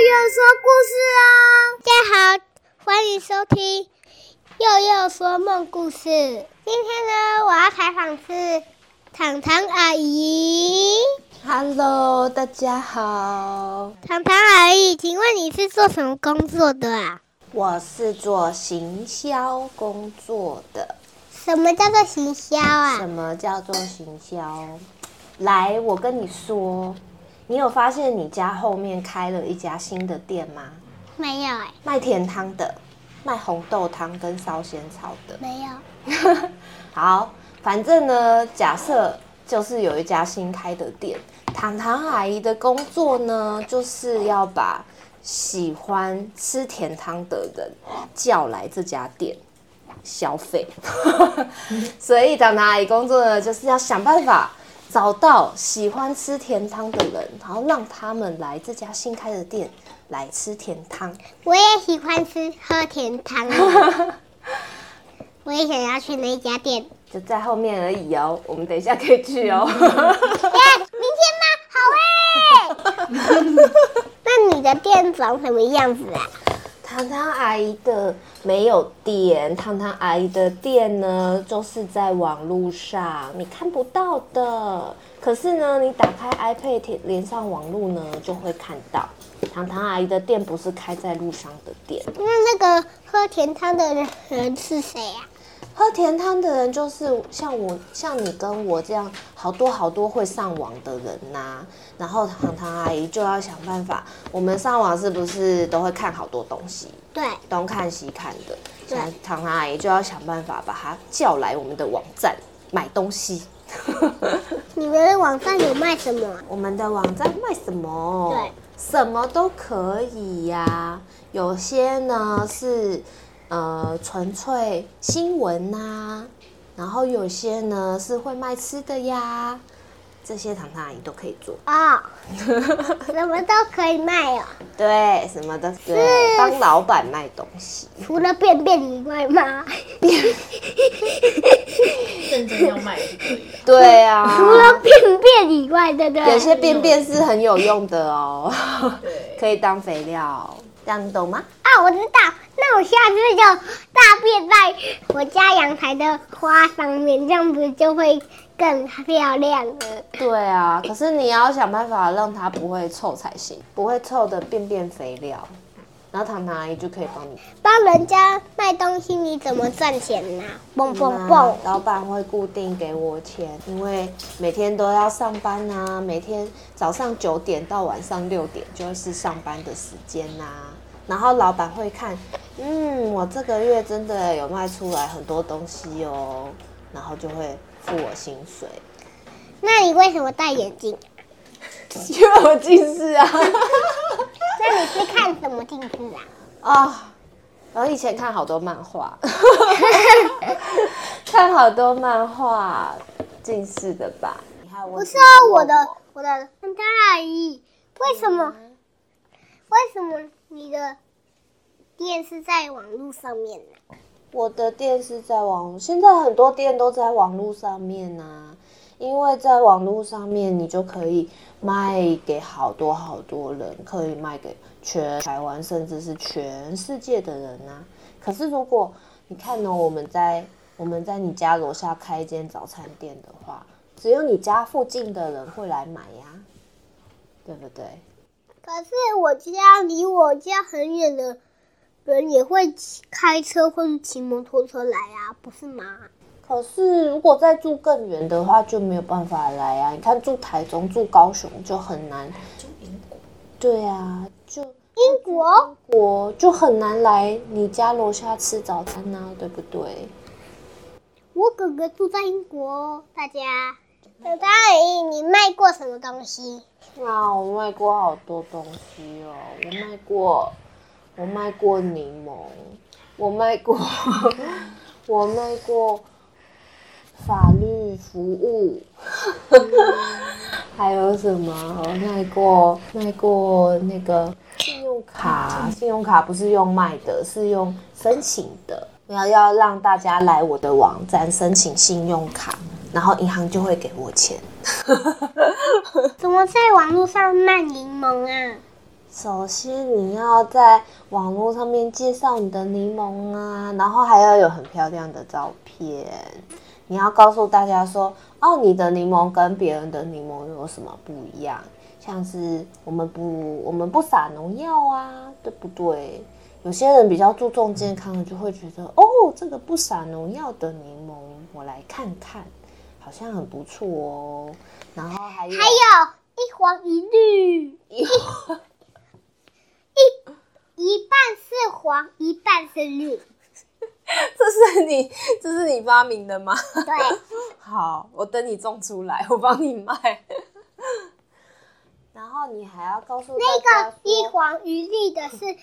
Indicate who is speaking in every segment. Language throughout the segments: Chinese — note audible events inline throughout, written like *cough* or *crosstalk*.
Speaker 1: 故事哦。大家好，欢迎收听佑佑说梦故事。今天呢，我要采访是糖糖阿姨。
Speaker 2: Hello，大家好，
Speaker 1: 糖糖阿姨，请问你是做什么工作的啊？
Speaker 2: 我是做行销工作的。
Speaker 1: 什么叫做行销
Speaker 2: 什
Speaker 1: 啊？
Speaker 2: 么叫做行销？来，我跟你说，你有发现你家后面开了一家新的店吗？
Speaker 1: 没有哎、
Speaker 2: 卖甜汤的，卖红豆汤跟烧仙草的。
Speaker 1: 没有。
Speaker 2: *laughs* 好，反正呢，假设就是有一家新开的店，糖糖阿姨的工作呢，就是要把喜欢吃甜汤的人叫来这家店消费。 *laughs* 所以糖糖阿姨工作呢，就是要想办法。找到喜欢吃甜汤的人，然后让他们来这家新开的店来吃甜汤。
Speaker 1: 我也喜欢吃喝甜汤哦， *laughs* 我也想要去那一家店。
Speaker 2: 就在后面而已哦，我们等一下可以去哦。
Speaker 1: 耶，明天吗？好哎、那你的店长什么样子啊？
Speaker 2: 糖糖阿姨的没有店，糖糖阿姨的店呢，就是在网络上你看不到的。可是呢，你打开 iPad 连上网络呢，就会看到。糖糖阿姨的店不是开在路上的店，
Speaker 1: 那那个喝甜汤的人是谁啊呀、
Speaker 2: 喝甜汤的人就是像我、像你跟我这样好多好多会上网的人呐、然后糖糖阿姨就要想办法，我们上网是不是都会看好多东西？
Speaker 1: 对，
Speaker 2: 东看西看的，
Speaker 1: 对
Speaker 2: 像糖糖阿姨就要想办法把他叫来我们的网站买东
Speaker 1: *laughs*
Speaker 2: 西。
Speaker 1: 你们的网上有卖什么啊？
Speaker 2: 我们的网站卖什么？
Speaker 1: 对，
Speaker 2: 什么都可以呀、有些呢是呃纯粹新闻呐、然后有些呢是会卖吃的呀，这些糖糖阿姨都可以做。
Speaker 1: 哦，什么都可以卖哦，
Speaker 2: 对，什么的，对，帮老板卖东
Speaker 1: *laughs*
Speaker 2: 西。
Speaker 1: 除了便便以外吗？
Speaker 3: 认真要卖也是可以的。
Speaker 2: 对啊，
Speaker 1: 除了便便以外，对不对？
Speaker 2: 有些便便是很有用的哦，
Speaker 3: 对
Speaker 2: 可以当肥料，这样你懂吗？
Speaker 1: 啊，我知道，那我下次就大便在我家阳台的花上面，这样不就会更漂亮了？
Speaker 2: 对啊，可是你要想办法让它不会臭才行，不会臭的便便肥料，然后糖糖阿姨就可以帮你。
Speaker 1: 帮人家卖东西，你怎么赚钱呢、蹦蹦蹦！
Speaker 2: 嗯啊老板会固定给我钱，因为每天都要上班啊，每天早上九点到晚上六点就是上班的时间呐、然后老板会看，嗯，我这个月真的有卖出来很多东西哦，然后就会付我薪 *laughs* 水。
Speaker 1: 那你为什么戴眼镜？
Speaker 2: 因为我近视啊。
Speaker 1: 那你是看什么近视啊？
Speaker 2: 啊、然后以前看好多漫
Speaker 1: *laughs*
Speaker 2: 画，看好多漫画，近视的吧？
Speaker 1: 不
Speaker 2: 不
Speaker 1: 是哦，我的我的很大阿姨，为什么？为什么你的店是在网络上面呢、
Speaker 2: 我的店是在网，现在很多店都在网络上面啊，因为在网络上面你就可以卖给好多好多人，可以卖给全台湾甚至是全世界的人啊。可是如果你看呢，我们在我们在你家楼下开一间早餐店的话，只有你家附近的人会来买呀、对不对？
Speaker 1: 可是我家离我家很远的人也会骑开车或是骑摩托车来啊，不是吗？
Speaker 2: 可是如果再住更远的话，就没有办法来啊。你看住台中、住高雄就很难
Speaker 3: 就英国
Speaker 2: 对啊，就
Speaker 1: 英国
Speaker 2: 我就很难来你家楼下吃早餐呐、对不对？
Speaker 1: 我哥哥住在英国哦，大家。小张阿姨，你卖过什么东西？
Speaker 2: 啊，我卖过好多东西哦，我卖过，我卖过柠檬，我卖过， *laughs* 我卖过法律服务， *laughs* 还有什么？我卖过卖过那个信用卡，信用卡不是用卖的，是用申请的。要要让大家来我的网站申请信用卡，然后银行就会给我钱。
Speaker 1: 怎么在网络上卖柠檬啊？
Speaker 2: 首先你要在网络上面介绍你的柠檬啊，然后还要有很漂亮的照片。你要告诉大家说，哦，你的柠檬跟别人的柠檬有什么不一样？像是我们不我们不撒农药啊，对不对？有些人比较注重健康的，就会觉得哦，这个不撒农药的柠檬，我来看看，好像很不错哦。然后还有
Speaker 1: 还有一黄一绿，
Speaker 2: *laughs*
Speaker 1: 一一半是黄，一半是绿。
Speaker 2: *laughs* 这是你这是你发明的吗？
Speaker 1: 对，
Speaker 2: *laughs* 好，我等你种出来， *laughs* 我帮你卖。然后你还要告诉
Speaker 1: 那
Speaker 2: 大
Speaker 1: 个
Speaker 2: 家
Speaker 1: 一
Speaker 2: 说，
Speaker 1: 黄一绿的是，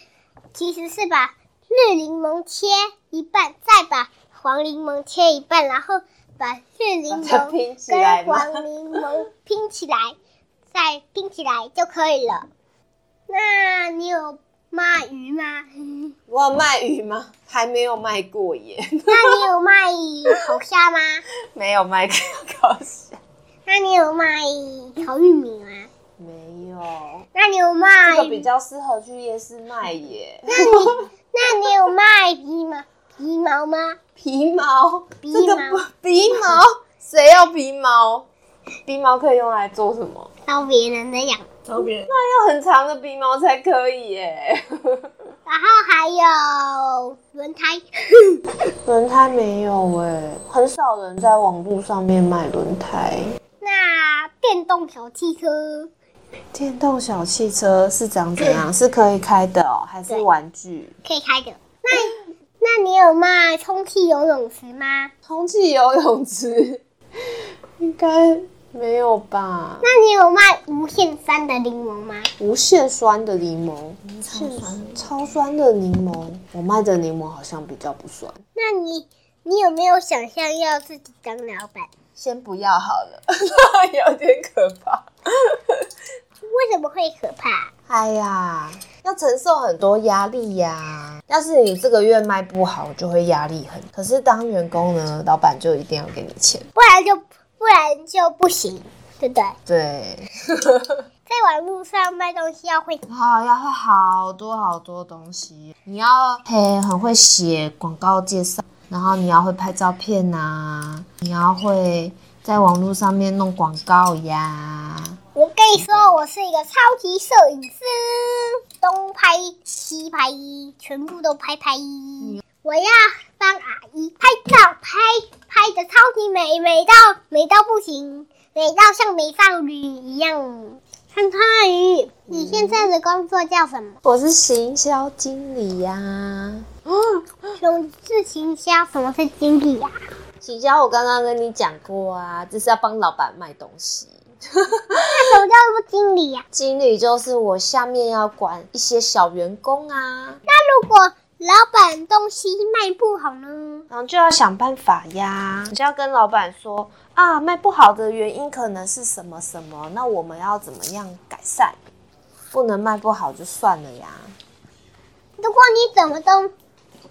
Speaker 1: 其实是把绿柠檬切一半，再把黄柠檬切一半，然后把绿柠
Speaker 2: 把它拼
Speaker 1: 檬
Speaker 2: 起来
Speaker 1: 跟
Speaker 2: 吗
Speaker 1: 黄柠檬拼起来，再拼起来就可以了。那你有卖鱼吗？ *laughs*
Speaker 2: 我有卖鱼吗？还没有卖过耶，
Speaker 1: 那你有卖烤虾吗？
Speaker 2: 没有卖过搞笑，
Speaker 1: 那你有卖烤玉米吗？
Speaker 2: 没有。
Speaker 1: 那你有卖？
Speaker 2: 这个比较适合去夜市卖耶。
Speaker 1: 那你有卖皮吗？皮毛吗？
Speaker 2: *laughs* 皮毛，
Speaker 1: 鼻
Speaker 2: 这个
Speaker 1: 毛
Speaker 2: 不鼻毛，谁要鼻毛？鼻毛可以用来做什么？
Speaker 1: 到别人的样子，
Speaker 3: 然后别人
Speaker 2: 要很长的鼻毛才可以耶。
Speaker 1: 然后还有轮胎，
Speaker 2: *laughs*
Speaker 1: *laughs*
Speaker 2: 轮胎没有哎，很少人在网络上面卖轮胎。
Speaker 1: 那电动小汽车，
Speaker 2: 电动小汽车是长怎样？是可以开的哦，还是
Speaker 1: 对
Speaker 2: 玩具？
Speaker 1: 可以开的。那那你有卖充气游泳池吗？
Speaker 2: 空气游泳池应该没有吧？
Speaker 1: 那你有卖无限酸的柠檬吗？
Speaker 2: 无限酸的柠檬，
Speaker 3: 嗯超酸
Speaker 2: 超酸的柠檬，我卖的柠檬好像比较不酸。
Speaker 1: 那你你有没有想象要自己当老板？
Speaker 2: 先不要好了， *laughs* 有点可怕。
Speaker 1: 为什么会可怕？
Speaker 2: 哎呀，要承受很多压力呀、要是你这个月卖不好，就会压力很。可是当员工呢，老板就一定要给你钱。
Speaker 1: 不然就不然就不行，对不对？
Speaker 2: 对，
Speaker 1: 在网络上卖东西要会
Speaker 2: 好要会好多好多东西，你要嘿很会写广告介绍，然后你要会拍照片呐、你要会在网络上面弄广告呀。
Speaker 1: 我跟你说，我是一个超级摄影师，东拍西拍，全部都拍拍。我要帮阿姨拍照，拍拍的超级美，美到美到不行，美到像美少女一样。看看鱼，你现在的工作叫什么？
Speaker 2: 我是行销经理呀、
Speaker 1: 什么是行销？什么是经理啊？
Speaker 2: 行销我刚刚跟你讲过啊，就是要帮老板卖东西。
Speaker 1: 那什么叫做经理啊呀、
Speaker 2: 经理就是我下面要管一些小员工啊，
Speaker 1: 那如果老板东西卖不好呢？
Speaker 2: 然后就要想办法呀，你就要跟老板说啊，卖不好的原因可能是什么什么，那我们要怎么样改善？不能卖不好就算了呀。
Speaker 1: 如果你怎么都，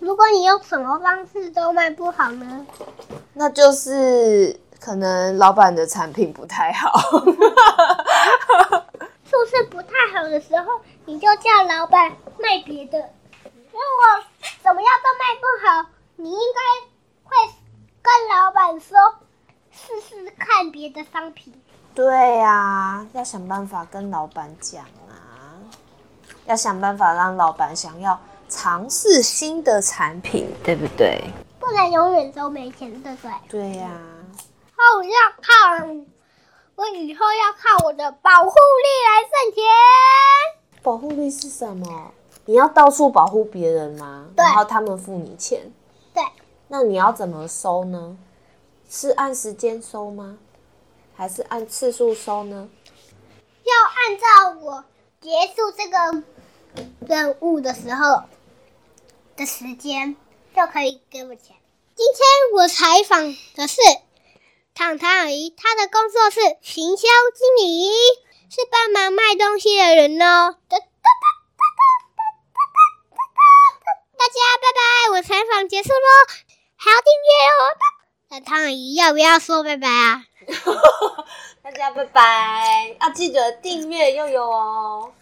Speaker 1: 如果你用什么方式都卖不好呢？
Speaker 2: 那就是可能老板的产品不太好， *laughs*
Speaker 1: 数是不太好的时候，你就叫老板卖别的。如果怎么样都卖不好，你应该会跟老板说，试试看别的商品。
Speaker 2: 对呀、要想办法跟老板讲啊，要想办法让老板想要尝试新的产品，对不对？
Speaker 1: 不然永远都没钱，对不对？
Speaker 2: 对呀、
Speaker 1: 哦，我要靠我以后要靠我的保护力来挣钱。
Speaker 2: 保护力是什么？你要到处保护别人吗？
Speaker 1: 对
Speaker 2: 然后他们付你钱，
Speaker 1: 对，
Speaker 2: 那你要怎么收呢？是按时间收吗？还是按次数收呢？
Speaker 1: 要按照我结束这个任务的时候的时间，就可以给我钱。今天我采访的是糖糖阿姨，她的工作是行销经理，是帮忙卖东西的人哦。哒哒哒哒哒哒哒哒哒大家拜拜，我采访结束喽，还要订阅哦。糖糖阿姨要不要说拜拜啊？
Speaker 2: 大家拜拜啊！记得订阅悠悠哦。